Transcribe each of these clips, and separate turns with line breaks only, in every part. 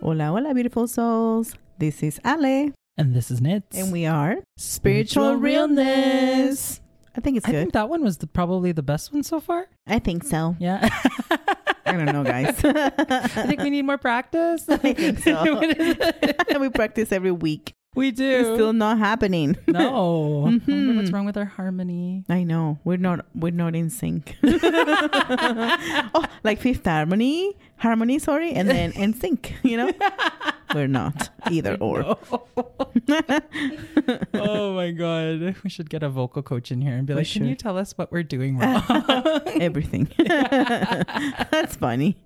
Hola, hola, beautiful souls. This is Ale,
And this is Nitz.
and we are
Spiritual Realness.
I think it's
I
good.
think that one was the, probably the best one so far.
I think so.
Yeah.
I don't know, guys.
I think we need more practice.
I think so. we practice every week.
we do.
It's still not happening.
no. Mm-hmm. I wonder
Mhm.
what's wrong with our harmony?
I know we're not we're not in sync. oh, like Fifth Harmony, Harmony, sorry, and then and sync. You know, we're not either or.
oh my god. We should get a vocal coach in here and be
We
like, "Can you
should.
tell us what we're doing wrong?"
Everything. That's funny.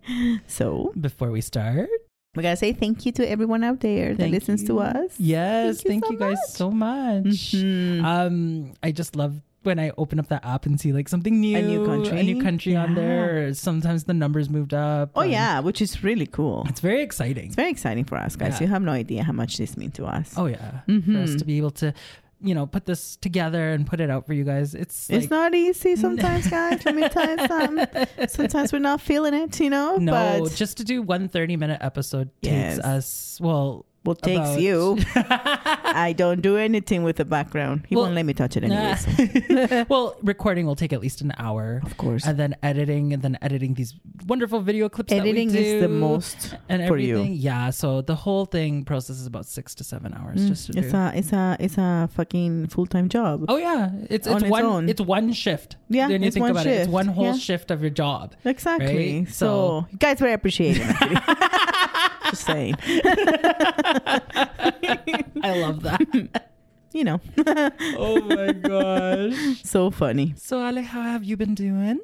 So
Before we start,
we gotta say thank you to everyone out there that
Thank
listens to
you.
us.
yes,
Thank
thank
you
you,
so
guys
much.
so much.
Mhm.
Um, I just love when I open up the app and see like something new,
A new country.
a new country on
Yeah.
there. or Sometimes the numbers moved up.
oh
Um,
yeah, which is really cool.
it's very exciting.
It's very exciting for us guys.
Yeah.
You have no idea how much this means to us.
Oh yeah, for us
Mhm.
to be able to, you know, put this together and put it out for you guys. It's
It's
like,
not easy sometimes, guys. Let me tell you something. Sometimes we're not feeling it, you know.
no,
but
just to do one 30 minute episode
Yes.
takes us well.
well, takes
about-
you. I don't do anything with the background. He
Well,
won't let me touch it anyway. so-
well, recording will take at least an hour.
Of course,
And then editing, and then editing these wonderful video clips.
editing
that we do.
is the most
and
for you.
everything. Yeah, so the whole thing process is about six to seven hours just to
Mm. it's
do.
a it's a it's a fucking full time job.
oh yeah, it's it's
on its
one
own.
it's one shift.
Yeah,
when you
it's
think
one
about it,
shift.
it's one whole
Yeah.
shift of your job.
Exactly.
Right?
So, guys, we appreciate it. I'm kidding. Just saying,
I love that.
you know,
oh my gosh.
so funny.
So Ale, how have you been doing?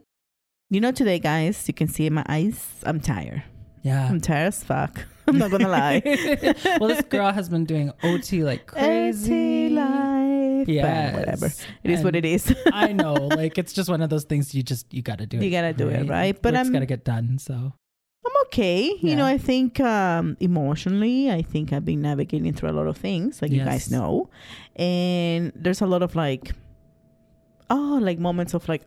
You know, today, guys, you can see in my eyes, I'm tired.
Yeah.
I'm tired as fuck. I'm not gonna lie.
Uh. well, this girl has been doing OT like crazy.
Empty life. Yeah,
Yes.
whatever. It is what it
And
is.
I know, like it's just one of those things you just you got to do it.
You gotta do it, right? But
But it's
I'm-
got to get done. So
I'm okay. You
Yeah.
know, I think um, emotionally, I think I've been navigating through a lot of things, like you guys
Yes.
know. And there's a lot of like, oh, like moments of like,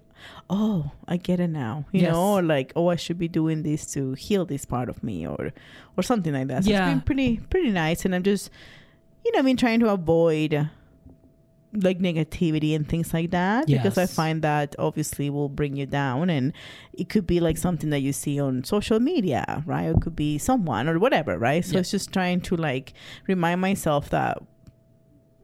oh, I get it now, you
Yes.
know, or like, oh, I should be doing this to heal this part of me, or or something like that. So
Yeah.
it's been pretty pretty nice, and I'm just, you know, I've been trying to avoid like negativity and things like that because I
Yes.
find that obviously will bring you down and it could be like something that you see on social media, right? Or it could be someone or whatever, right? So
Yeah.
it's just trying to like remind myself that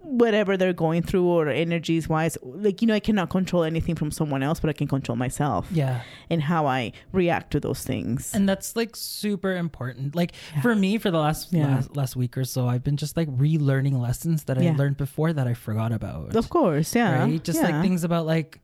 whatever they're going through or energies wise, like, you know, I cannot control anything from someone else, but I can control myself
yeah.
and how I react to those things.
and that's like super important like for me for the last,
Yeah.
last last week or so i've been just like relearning lessons that
Yeah.
i learned before that i forgot about
of course, yeah.
right just
yeah.
like things about like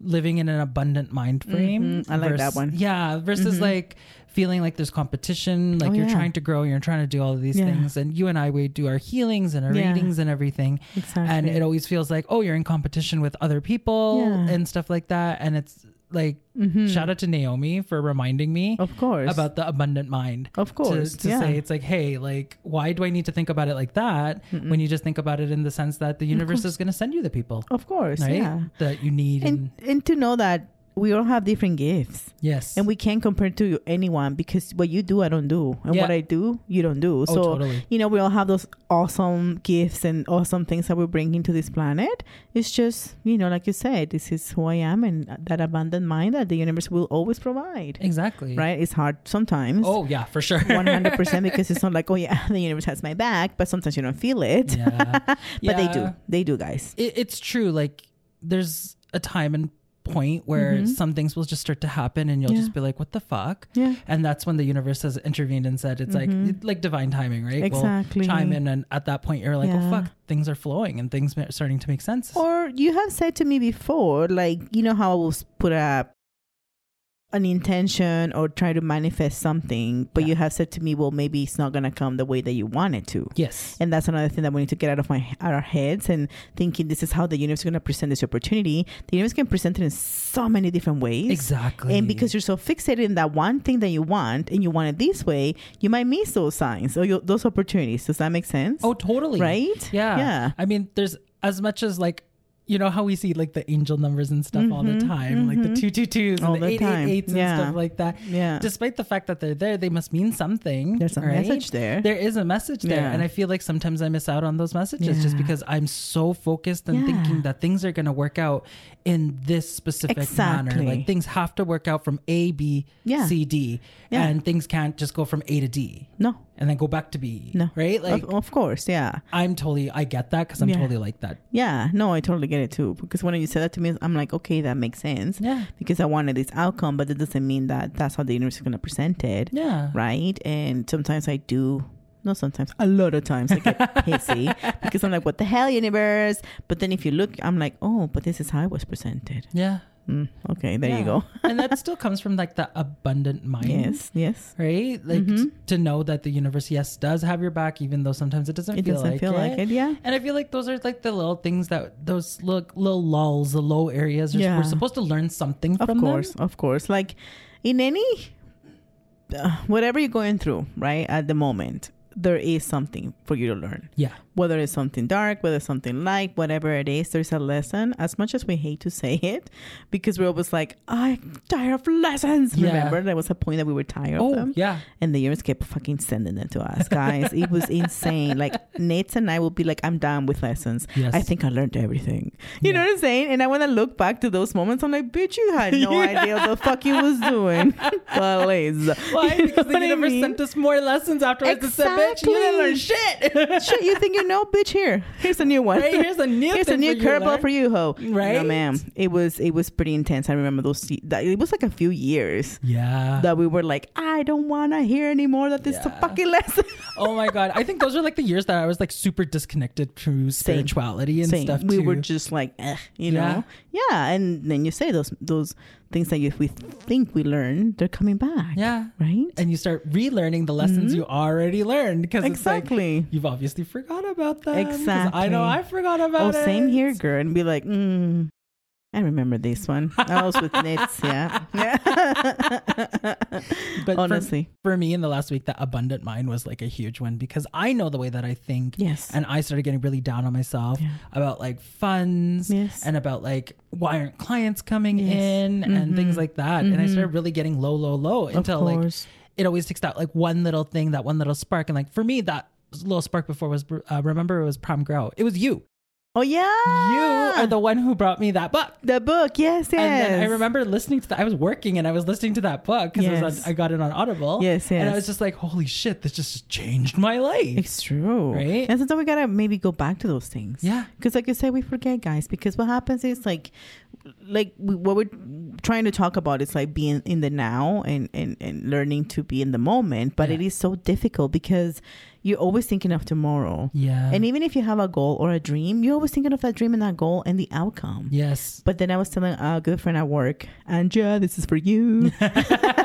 living in an abundant mind frame
Mhm. I like that
vers-
one. Mm-hmm.
yeah versus like feeling like there's competition like
Oh,
you're
yeah.
trying to grow you're trying to do all of these
Yeah.
things and you and i we do our healings and our
Yeah.
readings and everything
Exactly.
and it always feels like oh you're in competition with other people
Yeah.
and stuff like that and it's like
Mhm.
shout out to naomi for reminding me
Of course.
about the abundant mind.
of
To-
course.
to,
yeah.
say it's like, hey, like, why do I need to think about it like that when you just think about it in the sense that the universe is going to send you the people,
of course.
right?
Yeah.
That you need. And,
and and to know that we all have different gifts
yes.
and we can't compare to anyone because what you do i don't do and
Yeah.
what i do you don't do
Oh,
so
totally.
you know we all have those awesome gifts and awesome things that we're bringing to this planet it's just you know like you said this is who i am and that abundant mind that the universe will always provide
exactly.
right it's hard sometimes
Oh, yeah, for sure.
100% because it's not like oh yeah the universe has my back but sometimes you don't feel it
Yeah.
but they do
Yeah.
they do guys
it, it's true. Like, there's a time and point where
Mhm.
some things will just start to happen and you'll
Yeah.
just be like, what the fuck?
yeah
And that's when the universe has intervened and said, it's
Mhm.
like, it- like divine timing, right? We'll
Exactly.
chime in. And at that point, you're like,
Yeah.
oh, fuck, things are flowing and things are starting to make sense.
Or you have said to me before, like you know how I will s- put a an intention or try to manifest something, but
Yeah.
you have said to me, well, maybe it's not gonna come the way that you want it to.
yes.
And that's another thing that we need to get out of my out our heads and thinking this is how the universe is gonna present this opportunity. The universe can present it in so many different ways.
Exactly.
And because you're so fixated in that one thing that you want and you want it this way, you might miss those signs or you, those opportunities. Does that make sense?
Oh, totally.
right?
Yeah.
Yeah.
I mean, there's as much as like you know how we see like the angel numbers and stuff all the
Mhm,
time, like the
mhm.
two two twos
All
and the
the
eight
time.
eight eights and
Yeah.
stuff like that.
Yeah.
Despite the fact that they're there, they must mean something.
There's a
right?
message there.
There is a message there,
Yeah.
and I feel like sometimes I miss out on those messages just
Yeah.
because I'm so focused and thinking
Yeah.
that things are going to work out in this specific manner.
Exactly.
Like things have to work out from A, B,
Yeah.
C, D,
Yeah.
and things can't just go from A to D
no.
and then go back to B.
No.
right? Like
of, of course, yeah.
I'm totally, I get that because I'm
Yeah.
totally like that.
Yeah, no, I totally get it too. Because when you said that to me, I'm like, okay, that makes sense.
Yeah.
Because I wanted this outcome, but that doesn't mean that that's how the universe is going to present it.
Yeah.
Right. And sometimes I do, not sometimes, a lot of times I get pissy because I'm like, what the hell, universe? But then if you look, I'm like, oh, but this is how it was presented.
Yeah.
Mm, okay, there you
Yeah.
go.
and that still comes from like the abundant mind.
Yes, yes.
Right? Like
Mhm.
t- to know that the universe, yes, does have your back, even though sometimes it doesn't
It
feel
doesn't
like
feel
it.
like it, yeah.
And I feel like those are like the little things that those look little lulls, the low areas. Are,
Yeah.
We're supposed to learn something
Of
from
course,
them.
of course. Like in any, uh, whatever you're going through, right, at the moment, there is something for you to learn.
Yeah.
whether it's something dark, whether it's something light, whatever it is, there's a lesson. As much as we hate to say it, because we're always like, I'm tired of lessons.
Yeah.
Remember, there was a point that we were tired
Oh
of them.
yeah.
And the universe kept fucking sending them to us, guys. it was insane. Like, Nate and I will be like, I'm done with lessons.
Yes.
I think I learned everything. You know
Yeah.
what I'm saying? And I want to look back to those moments. I'm like, bitch, you had no idea what the fuck you was doing. Please. You
Why?
know
Because the
what I
universe
mean?
sent us more lessons afterwards. It said, bitch, you didn't learn shit.
shit, you think you know, bitch? Here, here's a new one.
Right, here's a new
here's a
thing
new
for you to
curveball
learn.
for you, ho. no,
Right?
ma'am. It was it was pretty intense. I remember those. se- That, it was like a few years
yeah.
that we were like, I don't want to hear anymore that this is a
Uh. Yeah.
fucking lesson.
oh my god. I think those are like the years that I was like super disconnected to spirituality and
Same.
stuff
we
too.
were just like, eh, you
Yeah.
know, yeah. And then you say those those things that if we think we learned, they're coming back.
Yeah.
Right.
and you start relearning the lessons
Mm-hmm.
you already learned because
Exactly.
it's like you've obviously forgot about them 'cause i
Exactly.
know i forgot
Oh,
about it
same here, girl. And be like, mm, I remember this one. I was with Nitz, yeah.
but for-
Honestly.
for, me in the last week that abundant mind was like a huge one because i know the way that i think
Yes.
and i started getting really down on myself
Yeah.
about like funds
Yes.
and about like why aren't clients coming
Yes. Mm-hmm.
in and things like that and i started really getting low low low until like
course.
it always takes that like one little thing that one little spark and like for me that little spark before was uh, remember it was prom grow it was you
Oh, yeah.
you are the one who brought me that book.
The book, yes, yes.
And then I remember listening to that. I was working and I was listening to that book because
Yes.
I got it on Audible.
Yes,
And I
yes.
was just like, holy shit, this just changed my life.
It's true.
Right?
And sometimes we gotta maybe go back to those things.
Yeah.
Because like you said, we forget, guys. Because what happens is like, like we, what we're trying to talk about is like being in the now and and and learning to be in the moment. But
Yeah.
it is so difficult because you're always thinking of tomorrow.
Yeah.
And even if you have a goal or a dream, you're always thinking of that dream and that goal and the outcome.
yes.
But then I was telling a good friend at work, Anja, this is for you,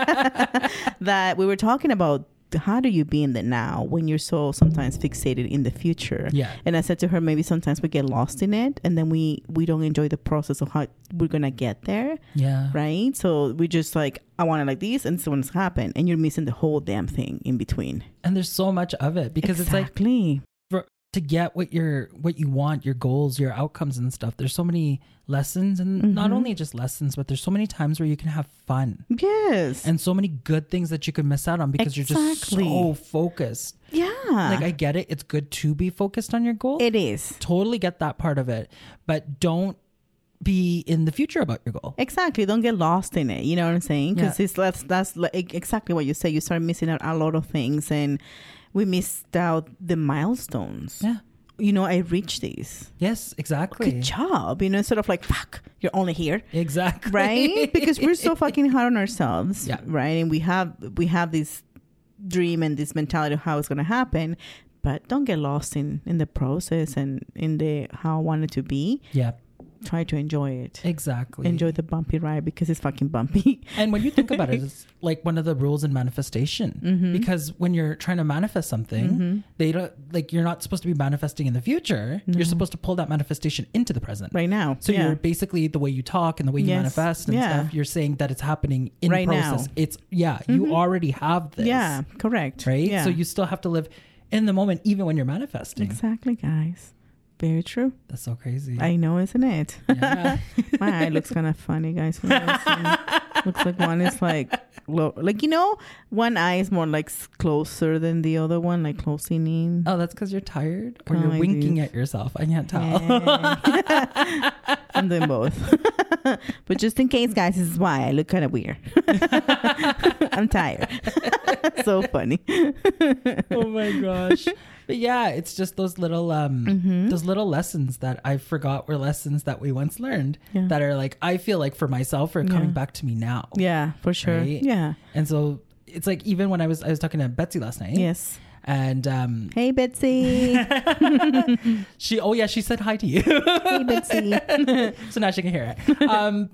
that we were talking about how do you be in the now when you're so sometimes fixated in the future.
Yeah.
And I said to her, maybe sometimes we get lost in it and then we, we don't enjoy the process of how we're going to get there,
Yeah.
right? So we just like, I want it like this and so it's happened. And you're missing the whole damn thing in between.
And there's so much of it because it's like
Exactly.
for, to get what you're what you want, your goals, your outcomes and stuff. There's so many lessons and
Mm-hmm.
not only just lessons, but there's so many times where you can have fun.
Yes.
And so many good things that you can miss out on because you're just
Exactly. Ah.
so focused.
yeah.
Like I get it. It's good to be focused on your goal.
it is.
totally get that part of it, but don't be in the future about your goal.
Exactly. Don't get lost in it. You know what I'm saying? Because
Yeah.
it's that's that's like, e- exactly what you say. You start missing out a lot of things, and we missed out the milestones.
Yeah.
You know, I reached these.
Yes, exactly.
Good job. You know, instead of like, fuck, you're only here.
Exactly.
Right? because we're so fucking hard on ourselves.
Yeah.
Right. And we have we have this dream and this mentality of how it's gonna happen. But don't get lost in in the process and in the how I want it to be.
yeah,
Try to enjoy it.
exactly.
Enjoy the bumpy ride because it's fucking bumpy.
And when you think about it, it's like one of the rules in manifestation.
Mm-hmm.
Because when you're trying to manifest something, they don't like you're not supposed to be manifesting in the future. You're supposed to pull that manifestation into the present.
Mm-hmm. right now.
So
yeah.
you're basically the way you talk and the way you
Yes.
manifest and
Yeah.
stuff. You're saying that it's happening in
Right now. Mm-hmm.
process. It's yeah, you already have this.
yeah, correct.
right?
Yeah.
So you still have to live in the moment, even when you're manifesting.
exactly, guys. Very true.
That's so crazy.
I know, isn't it?
yeah.
My eye looks kind of funny, guys. when I see- looks like one is like, lo- like you know, one eye is more like s- closer than the other one, like closing in.
Oh, that's because you're tired or
Kinda
you're
like
winking
these.
at yourself. I can't tell.
Yeah. I'm doing both, but just in case, guys, this is why I look kind of weird. I'm tired. so funny.
oh my gosh. But yeah, it's just those little um
Mm-hmm.
those little lessons that I forgot were lessons that we once learned
Yeah.
that are like I feel like for myself are coming
Mm-hmm. Yeah.
back to me now.
Yeah, for sure.
Right?
Yeah.
And so it's like even when I was I was talking to Betsy last night.
Yes.
And um
Hey, Betsy.
she oh yeah, she said hi to you.
hey, Betsy.
so now she can hear it. Um,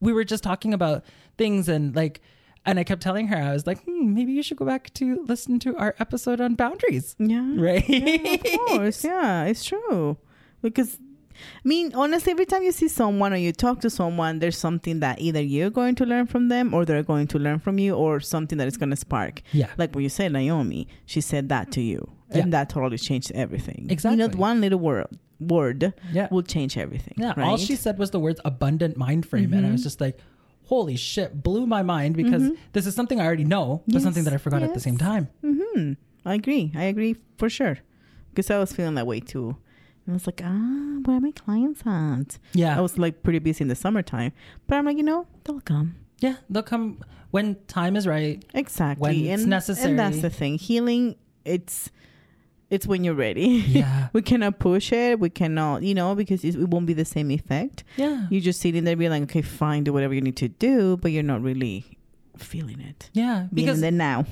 we were just talking about things and like, and I kept telling her, I was like, hmm, maybe you should go back to listen to our episode on boundaries,
Yeah.
right?
of course. Yeah, it's true. Because, I mean, honestly, every time you see someone or you talk to someone, there's something that either you're going to learn from them or they're going to learn from you or something that is going to spark.
yeah,
Like when you said Naomi, she said that to you.
Yeah.
And that totally changed everything. You
Exactly.
know, one little word, word
yeah,
will change everything.
yeah.
Right? Mm-hmm.
All she said was the words abundant mind frame, and I was just like, holy shit, blew my mind because this is something I already know, but
Yes,
something that I forgot at the
yes.
same time.
hmm I agree. I agree for sure. Because I was feeling that way too. And I was like, ah, where are my clients at?
Yeah,
I was like pretty busy in the summertime. But I'm like, you know, they'll come.
yeah. They'll come when time is right.
Exactly.
When it's
and,
necessary.
And that's the thing. Healing it's it's when you're ready.
Yeah,
we cannot push it. We cannot, you know, because it's- it won't be the same effect.
yeah,
You're just sitting there being like, okay, fine, do whatever you need to do, but you're not really feeling it.
yeah.
Because
Because
then now.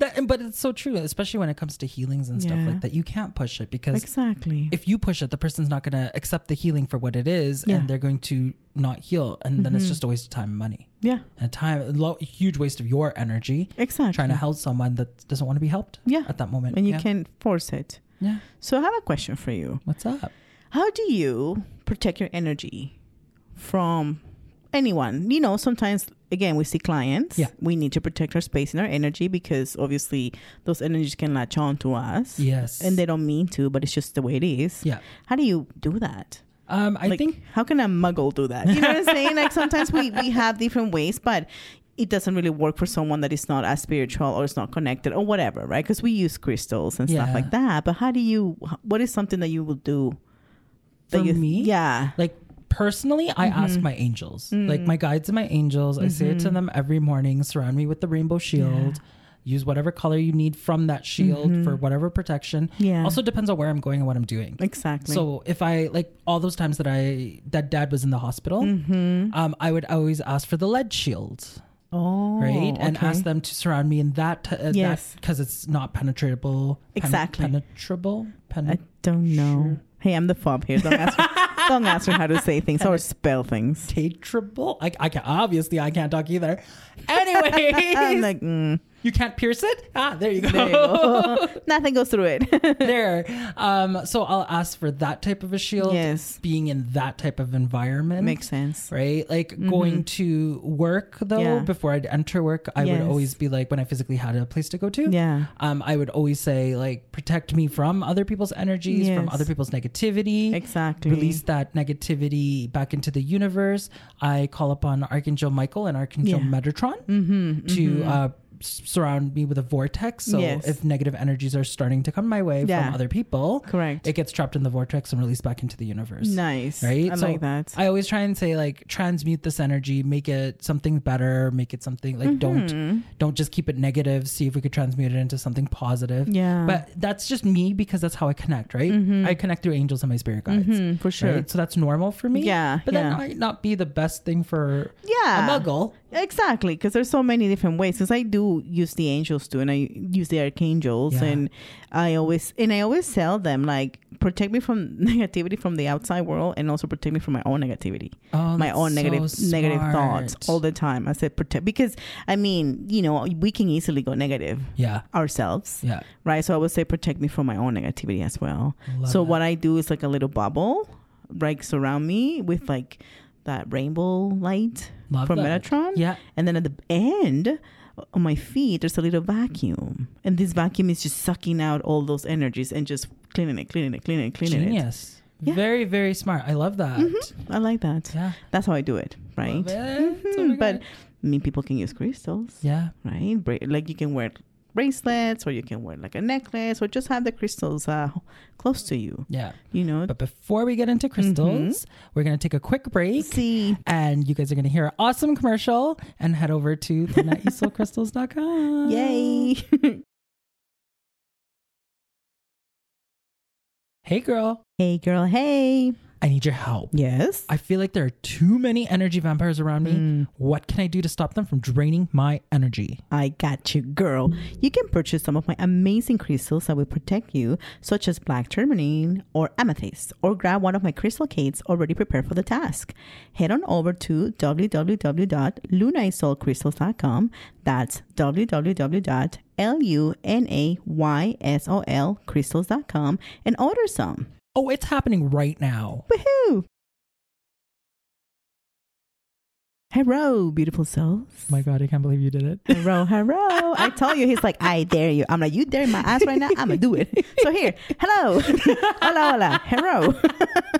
that, and- but it's so true, especially when it comes to healings and stuff
Yeah.
like that. You can't push it because
exactly.
if you push it, the person's not going to accept the healing for what it
Yeah.
is,
Mm-hmm.
and they're going to not heal, and then it's just a waste of time and money.
yeah.
And time, a lo- huge waste of your energy
Exactly.
trying to help someone that doesn't want to be helped.
Yeah.
at that moment,
and you
yeah.
can't force it.
Yeah,
So I have a question for you.
what's up?
How do you protect your energy from anyone? You know, sometimes again we see clients.
Yeah.
We need to protect our space and our energy because obviously those energies can latch on to us.
Yes,
And they don't mean to, but it's just the way it is.
yeah.
How do you do that?
Um, I
like,
think
how can a muggle do that? You know what I'm saying? Like sometimes we we have different ways, but it doesn't really work for someone that is not as spiritual or is not connected or whatever, right? Because we use crystals and
Yeah.
stuff like that. But how do you? What is something that you will do?
For
you,
me?
yeah,
like personally i
Mm-hmm.
ask my angels
Mm.
like my guides and my angels i say it to them every morning surround me with the rainbow shield use whatever color you need from that shield for whatever protection
Mm-hmm. Yeah.
also depends on where i'm going and what i'm doing
exactly.
so if i like all those times that i that dad was in the hospital
Mm-hmm.
um i would always ask for the lead shield
oh,
right and
okay.
ask them to surround me in that t- uh,
Yes.
because it's not penetratable pen-
Exactly.
penetrable
I
pen-
don't know. Hey, I'm the fob here. Don't ask. me, don't ask her how to say things or spell things.
penetrable I, I can obviously i can't talk either anyways
I'm like, mm,
You can't pierce it? Ah, there you go.
there
There.
you go. Nothing goes through it.
Um, so I'll ask for that type of a shield.
Yes.
Being in that type of environment.
Makes sense. Mm-hmm.
Right? Like going to work though,
Yeah.
before I'd enter work, I would
Yes.
always be like when I physically had a place to go to.
Yeah.
Um, I would always say like protect me from other people's energies, from
Yes.
other people's negativity.
Exactly.
Release that negativity back into the universe. I call upon Archangel Michael and Archangel
Yeah.
Metatron
Mm-hmm,
to uh, s- surround me with a vortex. So
Yes.
if negative energies are starting to come my way
Yeah.
from other people,
Correct.
it gets trapped in the vortex and released back into the universe.
Nice.
Right?
I
So
like that.
I always try and say like transmute this energy, make it something better, make it something
Mm-hmm.
like don't don't just keep it negative. See if we could transmute it into something positive.
yeah. Mm-hmm.
But that's just me because that's how I connect, right? I connect through angels and my spirit guides.
Mhm, for sure.
right? So that's normal for me.
Yeah,
But
yeah. Uh,
that might not be the best thing for
Yeah.
a muggle.
Exactly, because there's so many different ways. Because I do use the angels too, and I use the archangels,
Yeah.
and I always and I always tell them like protect me from negativity from the outside world, and also protect me from my own negativity,
Oh,
my
that's
own
so
negative negative thoughts
smart.
all the time. I said protect because I mean you know we can easily go negative
Yeah.
ourselves,
Yeah.
right? So I would say protect me from my own negativity as well.
Love
so
it.
what I do is like a little bubble, like surround me with like that rainbow light
Love
from
that.
Metatron.
Yeah.
And then at the end uh, on my feet, there's a little vacuum, and this vacuum is just sucking out all those energies and just cleaning it, cleaning it, cleaning it, cleaning it.
Genius.
Yeah.
Very, very smart. I love that.
I like that.
Yeah.
That's how I do it, right?
Love it. That's what we
Mhm, But
got.
I mean, people can use crystals,
yeah.
right? Bra- like you can wear bracelets, or you can wear like a necklace, or just have the crystals uh, close to you.
Yeah.
You know,
But before we get into crystals, we're going to take a quick break.
Mm-hmm. see.
And you guys are going to hear an awesome commercial and head over to lunaisolcrystals.com.
Yay!
Hey, girl,
hey, girl. Hey.
I need your help.
Yes.
I feel like there are too many energy vampires around me.
Hmm.
What can I do to stop them from draining my energy?
I got you, girl. You can purchase some of my amazing crystals that will protect you, such as black tourmaline or amethyst, or grab one of my crystal cakes already prepared for the task. Head on over to www.lunaisolcrystals.com. That's www.lunaisolcrystals.com and order some.
Oh, it's happening right now.
Woohoo! Hello, beautiful souls.
my God, I can't believe you did it.
Hello, hello. I told you, he's like, I dare you. I'm like, you dare my ass right now? I'm going to do it. So here, hello. hola, hola. Hello.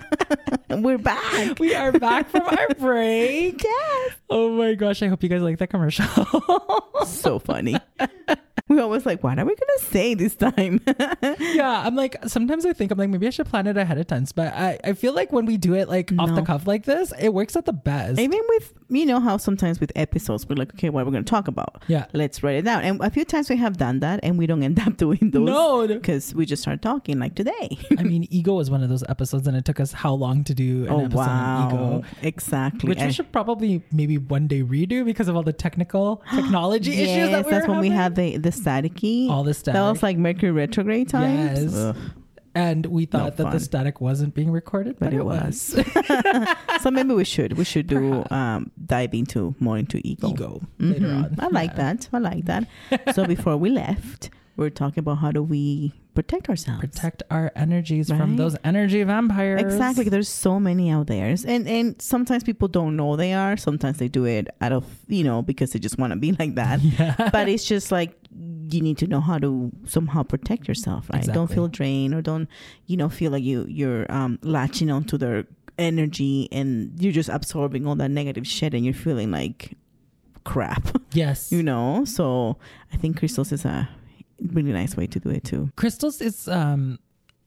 We're back.
We are back from our break.
Yes.
Oh my gosh, I hope you guys like that commercial.
So funny. We're always like, what are we going to say this time?
yeah, I'm like, sometimes I think I'm like, maybe I should plan it ahead of time. But I, I feel like when we do it like off the
No.
cuff like this, it works out the best.
Even with, you know, how sometimes with episodes, we're like, okay, what are we going to talk about?
Yeah.
Let's write it down. And a few times we have done that and we don't end up doing those.
No, no.
Because we just start talking like today.
I mean, Ego was one of those episodes, and it took us how long to do an
oh,
episode on
wow.
Ego?
Exactly.
Which we
And-
should probably maybe one day redo because of all the technical technology issues that
Yes,
we
that's
were
when we
having.
had the the staticky.
All the
That
static.
was like Mercury retrograde times.
Yes.
Ugh,
and we thought that the
fun.
static wasn't being recorded,
but it was. so maybe we should we should do um, dive into more into ego.
Ego later
Mhm.
on.
I like
Yeah.
that. I like that. so before we left, we are talking about how do we protect ourselves.
Protect our energies from
Right.
those energy vampires.
Exactly. There's so many out there. And and sometimes people don't know they are. Sometimes they do it out of, you know, because they just want to be like that.
Yeah.
but it's just like you need to know how to somehow protect yourself right don't
Exactly.
feel drained or don't you know feel like you you're um latching onto their energy and you're just absorbing all that negative shit and you're feeling like crap
Yes.
you know so i think crystals is a really nice way to do it too
crystals is um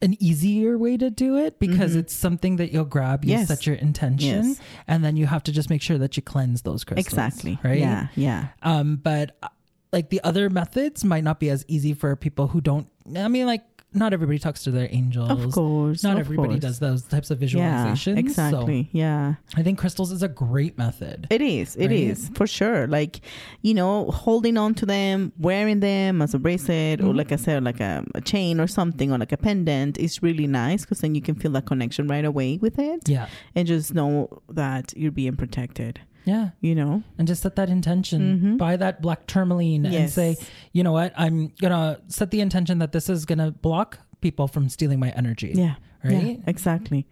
an easier way to do it because
Mhm.
it's something that you'll grab you
Yes.
set your intention
Yes.
and then you have to just make sure that you cleanse those crystals
exactly
right
yeah yeah
um but uh, like the other methods might not be as easy for people who don't i mean like not everybody talks to their angels
of course
not
of
everybody
course.
does those types of
yeah
visualizations
exactly yeah
so i think crystals is a great method
It is. it
Right?
is for sure. Like, you know, holding on to them, wearing them as a bracelet, or
Mhm.
like I said, like a, a chain or something, or like a pendant is really nice because then you can feel that connection right away with it,
yeah
and just know that you're being protected.
yeah
You know,
and just set that intention
Mhm.
buy that black tourmaline and
Yes.
say you know what i'm gonna set the intention that this is gonna block people from stealing my energy
yeah,
right
yeah, exactly.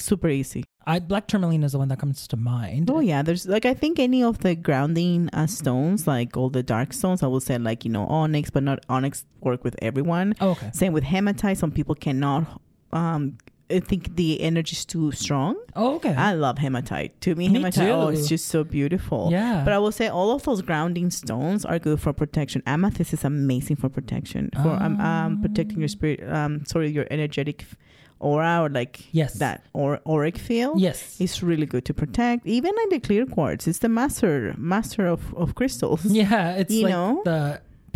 Super easy.
i black tourmaline is the one that comes to mind
Oh yeah, there's like I think any of the grounding uh, stones, like all the dark stones, I will say like you know onyx, but not onyx work with everyone.
Oh, okay
Same with hematite. Some people cannot. Um, I think the energy is too strong.
oh okay
I love hematite. To me,
Me
hematite oh,
too.
it's just so beautiful.
yeah
But I will say all of those grounding stones are good for protection. Amethyst is amazing for protection for um,
Ah.
um protecting your spirit. Um, sorry, your energetic f- aura or like
yes
that or auric field.
yes
It's really good to protect. Even like the clear quartz, it's the master master of of crystals.
yeah it's
You
like
know?
the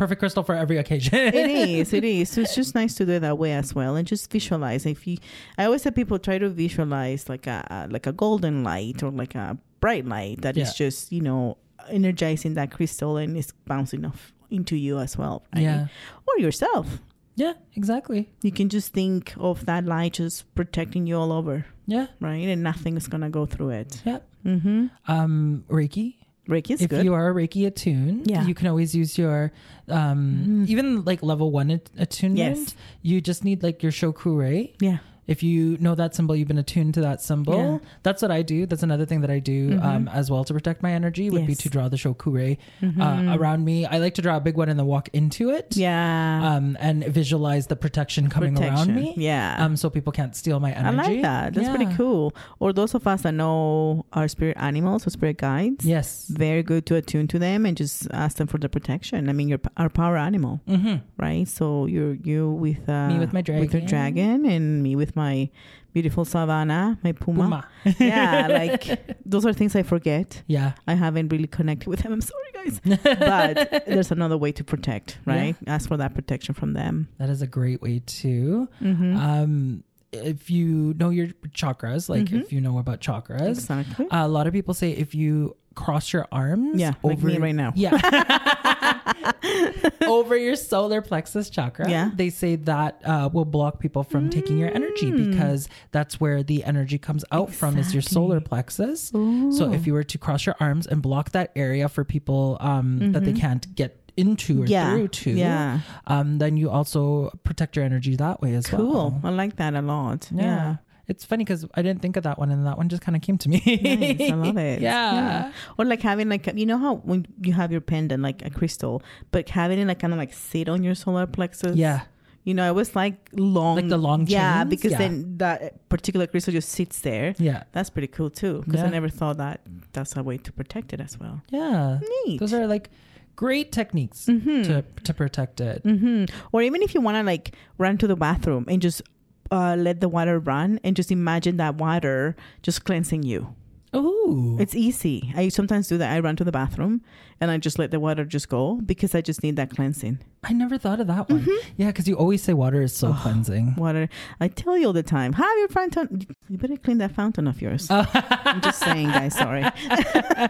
perfect crystal for every occasion
it is it is so it's just nice to do it that way as well and just visualize if you i always tell people try to visualize like a a- like a golden light or like a bright light that is
Yeah.
just you know energizing that crystal and it's bouncing off into you as well right?
yeah
or yourself
yeah exactly
you can just think of that light just protecting you all over
yeah
right and nothing is gonna go through it
yeah
mm-hmm
um reiki
reiki is
if
good
you are reiki attuned
Yeah. Mm-hmm.
you can always use your um even like level one at- attunement
Yes.
you just need like your shokure
yeah
If you know that symbol, you've been attuned to that symbol.
Yeah. Mm-hmm.
That's what I do. That's another thing that I do um, as well to protect my energy would be
Yes.
to draw the shokure
Mm-hmm.
uh, around me. I like to draw a big one and then walk into it.
Yeah.
Um, and visualize the protection coming around
Protection.
me.
Yeah.
Um, so people can't steal my
I
energy.
like that. That's pretty
Yeah.
cool. Or those of us that know our spirit animals or spirit guides,
Yes.
very good to attune to them and just ask them for the protection. I mean, you're p- our power animal,
Mm-hmm.
right? So you're you with uh,
with my
with your dragon,
dragon.
and me with my beautiful savannah, my puma.
Puma.
yeah, like those are things I forget.
Yeah.
I haven't really connected with them. I'm sorry, guys. but there's another way to protect, right? Ask for that protection from them.
That is a great way too.
Mm-hmm.
Um, if you know your chakras, like if you know about chakras,
Mm-hmm. Exactly.
a lot of people say if you cross your arms,
yeah, like me right now.
yeah, over your solar plexus chakra,
Yeah.
they say that uh, will block people from taking your energy
Mm.
because that's where the energy comes out from is your solar plexus. So if you were to cross your arms and block that area for people um, that they can't get into or
Mm-hmm. Yeah.
through to,
Yeah.
um, then you also protect your energy that way as well.
Cool. I like that a lot.
Yeah.
Yeah.
It's funny because I didn't think of that one, and that one just kind of came to me.
Nice. I love it.
Yeah.
Or like having like you know how when you have your pendant like a crystal, but having it like kind of like sit on your solar
Yeah.
plexus. You know, it was like long,
Like the long
Yeah,
chains?
because
Yeah.
then that particular crystal just sits there.
Yeah.
That's pretty cool too. Because I
Yeah.
never thought that that's a way to protect it as well.
Yeah.
Neat. Mm-hmm.
Those are like great techniques to, to protect it.
hmm Or even if you want to like run to the bathroom and just uh, let the water run and just imagine that water just cleansing you.
Ooh.
Mm-hmm. It's easy. I sometimes do that. I run to the bathroom and I just let the water just go because I just need that cleansing.
I never thought of that one.
Mm-hmm.
Yeah, because you always say water is so cleansing.
Water. I tell you all the time, have your fountain. You better clean that fountain of yours. I'm just saying, guys. Sorry.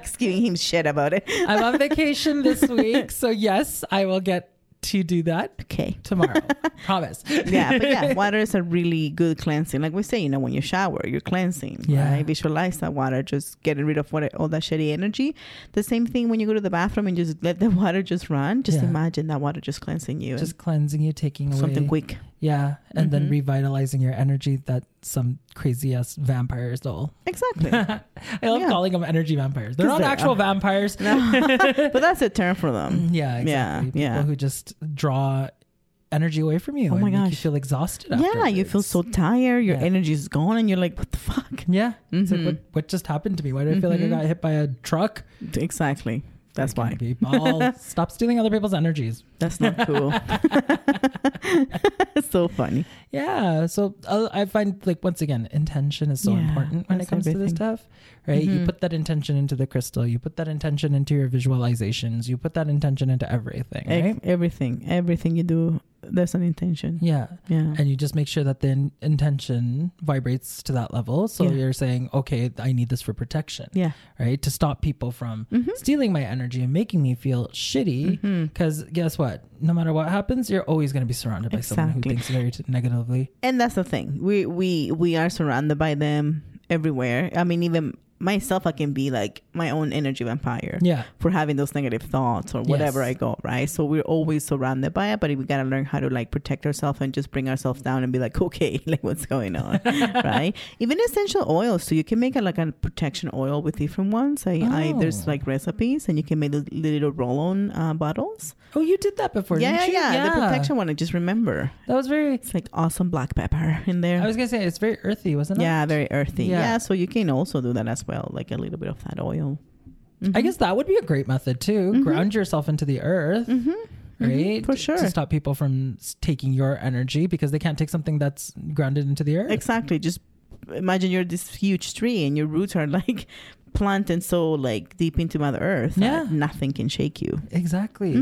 Just giving him shit about it.
I'm on vacation this week, so yes, I will get to do that
Okay.
tomorrow. Promise.
yeah, but yeah, water is a really good cleansing. Like we say, you know, when you shower, you're cleansing.
Yeah.
Right? Visualize that water, just getting rid of what, all that shitty energy. The same thing when you go to the bathroom and just let the water just run. Just
Yeah.
imagine that water just cleansing you.
Just cleansing you, taking
and
away
something Mm-hmm. quick.
Yeah, and then revitalizing your energy that some crazy ass vampire stole.
Exactly.
I love
Yeah.
calling them energy vampires. They're
'Cause
not
they
actual
are.
vampires.
but that's a term for them.
Mm, Yeah, exactly. People
yeah.
who just draw energy away from you.
Oh my
and Make you
gosh.
feel exhausted.
Yeah, you feel
afterwards.
so tired. Your
Yeah.
energy is gone, and you're like, what the fuck?
Yeah. It's
Mhm.
like, what, what just happened to me? Why do I feel like I
Mhm.
got hit by a truck?
Exactly. That's
Freaking
why.
People, stop stealing other people's energies.
That's not cool. so funny.
Yeah. So uh, I find like once again, intention is so
Yeah,
important when it
that's
comes to this
everything.
stuff, right?
Mhm.
You put that intention into the crystal, you put that intention into your visualizations, you put that intention into everything,
Ev-
right?
Everything, everything you do, there's an intention.
Yeah.
Yeah.
And you just make sure that the in- intention vibrates to that level. So
Yeah.
you're saying, okay, I need this for protection,
Yeah.
right? To stop people from
Mhm.
stealing my energy and making me feel shitty.
Mhm.
Because guess what? No matter what happens, you're always going to be surrounded by someone who
Exactly.
thinks very t- negatively.
And that's the thing. We we we are surrounded by them everywhere. I mean, even myself, I can be like my own energy vampire
Yeah.
for having those negative thoughts or whatever
Yes.
I go. Right. So we're always surrounded by it, but we gotta learn how to like protect ourselves and just bring ourselves down and be like, okay, like what's going on, right? Even essential oils. So you can make a, like a protection oil with different ones. I, I there's
Oh.
like recipes, and you can make the little roll-on uh, bottles.
Oh, you did that before,
yeah,
didn't you?
yeah, yeah. The protection one. I just remember.
That was very.
It's like awesome black pepper in there.
I was gonna say it's very earthy, wasn't Oh, it?
yeah, very earthy. Yeah.
Yeah.
so you can also do that as well, like a little bit of that oil. mm-hmm.
I guess that would be a great method too. Ground yourself into the earth,
Mm-hmm.
right?
for
To-
sure.
To stop people from s- taking your energy because they can't take something that's grounded into the earth.
Exactly. Just imagine you're this huge tree and your roots are like planted so like deep into Mother Earth that
Yeah.
nothing can shake you. Mm-hmm.
exactly.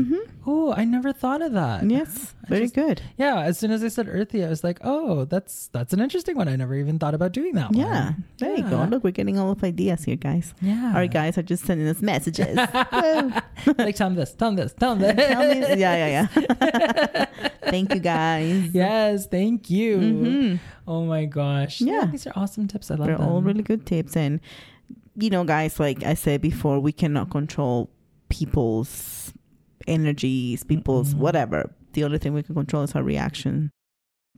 Oh, I never thought of that.
Yes,
I
very
just-
good.
Yeah, as soon as I said earthy, I was like, "Oh, that's that's an interesting one. I never even thought about doing that
Yeah,
one."
there you go.
Yeah.
Look, we're getting all of ideas here, guys.
Yeah.
Our guys are just sending us messages. Woo.
like tell them this, tell them this, tell them this.
Tell me, yeah, yeah, yeah. Thank you, guys.
yes, thank you.
Mhm.
Oh my gosh.
Yeah.
These are awesome tips. I love
They're
them.
all really good tips. And, you know, guys, like I said before, we cannot control
Mm-hmm.
people's energies, people's whatever. The only thing we can control is our reaction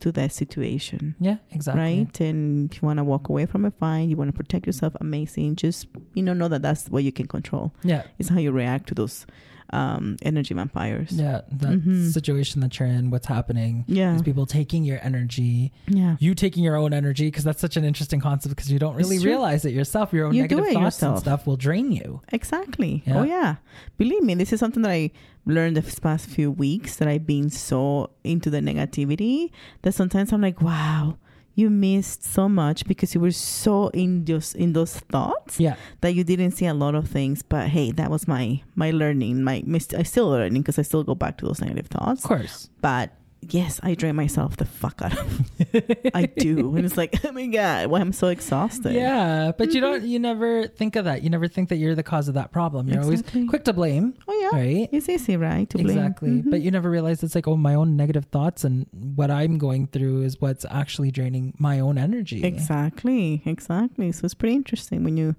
to that situation.
Yeah, exactly.
Right. And if you want to walk away from it, fine. You want to protect yourself, amazing. Just, you know, know that that's what you can control
Yeah.
is how you react to those um, energy vampires.
Yeah. That
Mhm.
situation that you're in, what's happening,
Yeah.
these people taking your energy,
Yeah.
you taking your own energy, because that's such an interesting concept because you don't really
It's true.
realize it yourself. Your own
You do
negative
it
thoughts and
yourself.
stuff will drain you.
Exactly.
Yeah.
Oh yeah. Believe me, this is something that I learned the past few weeks that I've been so into the negativity that sometimes I'm like, wow, you missed so much because you were so in those in those thoughts
Yeah.
that you didn't see a lot of things. But hey, that was my my learning. My mist- I still learning because I still go back to those negative
Of
thoughts.
course.
But yes, I drain myself the fuck out of. I do, and it's like, oh my god, why I'm so exhausted.
Yeah, but you
Mm-hmm.
don't. You never think of that. You never think that you're the cause of that problem. You're
Exactly.
always quick to blame,
Oh yeah.
right?
It's easy, right? To blame. Mm-hmm.
Exactly. But you never realize it's like, oh, my own negative thoughts and what I'm going through is what's actually draining my own energy.
Exactly, exactly. So it's pretty interesting when you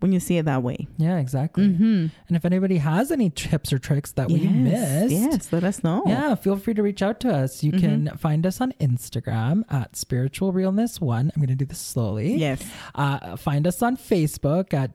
when you see it that way.
Yeah, exactly.
Mm-hmm.
And if anybody has any tips or tricks that we
Yes,
missed,
yes. Let us know.
yeah, feel free to reach out to us. You
Mm-hmm.
can find us on Instagram at Spiritual Realness One. I'm going to do this slowly.
Yes.
Uh, find us on Facebook at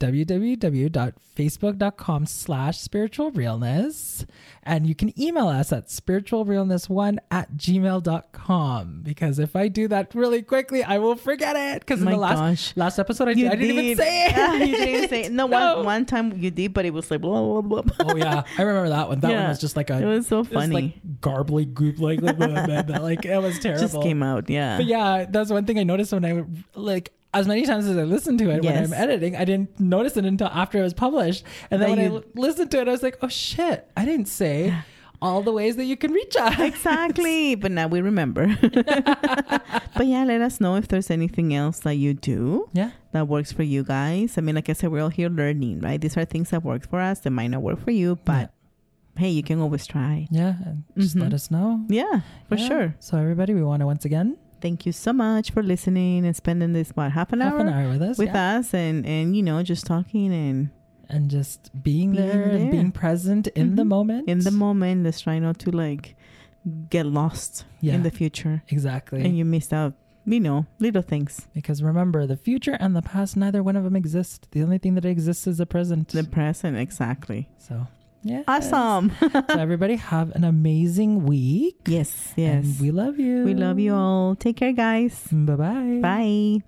www.facebook.com slash spiritual realness. And you can email us at spiritualrealness1 at gmail.com. Because if I do that really quickly, I will forget it. Because in
My
the last
gosh.
last episode, I, did, I didn't even say it.
Yeah, you didn't say it. No,
No.
One, one time you did, but it was like blah blah blah. blah.
Oh yeah, I remember that one. That one
Yeah.
was just like a
It was so
it like,
funny.
garbly goop like like, blah, blah, blah. like it was terrible.
Just came out. Yeah.
But yeah, that's one thing I noticed when I like as many times as I listened to it when
Yes.
I'm editing, I didn't notice it until after it was published. And then
That
when I
you-
l- listened to it, I was like, oh shit, I didn't say all the ways that you can reach us.
Exactly. but now we remember. but yeah, let us know if there's anything else that you do
Yeah.
that works for you guys. I mean, like I said, we're all here learning, right? These are things that work for us. They might not work for you, but hey, you can always try.
yeah, and just
Mhm.
let us know.
Yeah, for
Yeah.
sure.
So everybody, we want to once again
Thank you so much for listening and spending this what half an
half
hour,
an hour with us,
with
yeah.
us and and you know just talking and
and just being,
Being
there, and
there.
being present in the
Mhm.
moment.
in the moment. Let's try not to like get lost
yeah,
in the future
exactly.
and you missed out. You know, little things.
Because remember, the future and the past, neither one of them exist. The only thing that exists is the present.
The present, exactly.
so, yeah.
Awesome.
so, everybody, have an amazing week.
yes, yes.
And we love you.
we love you all. Take care, guys.
Bye-bye.
Bye.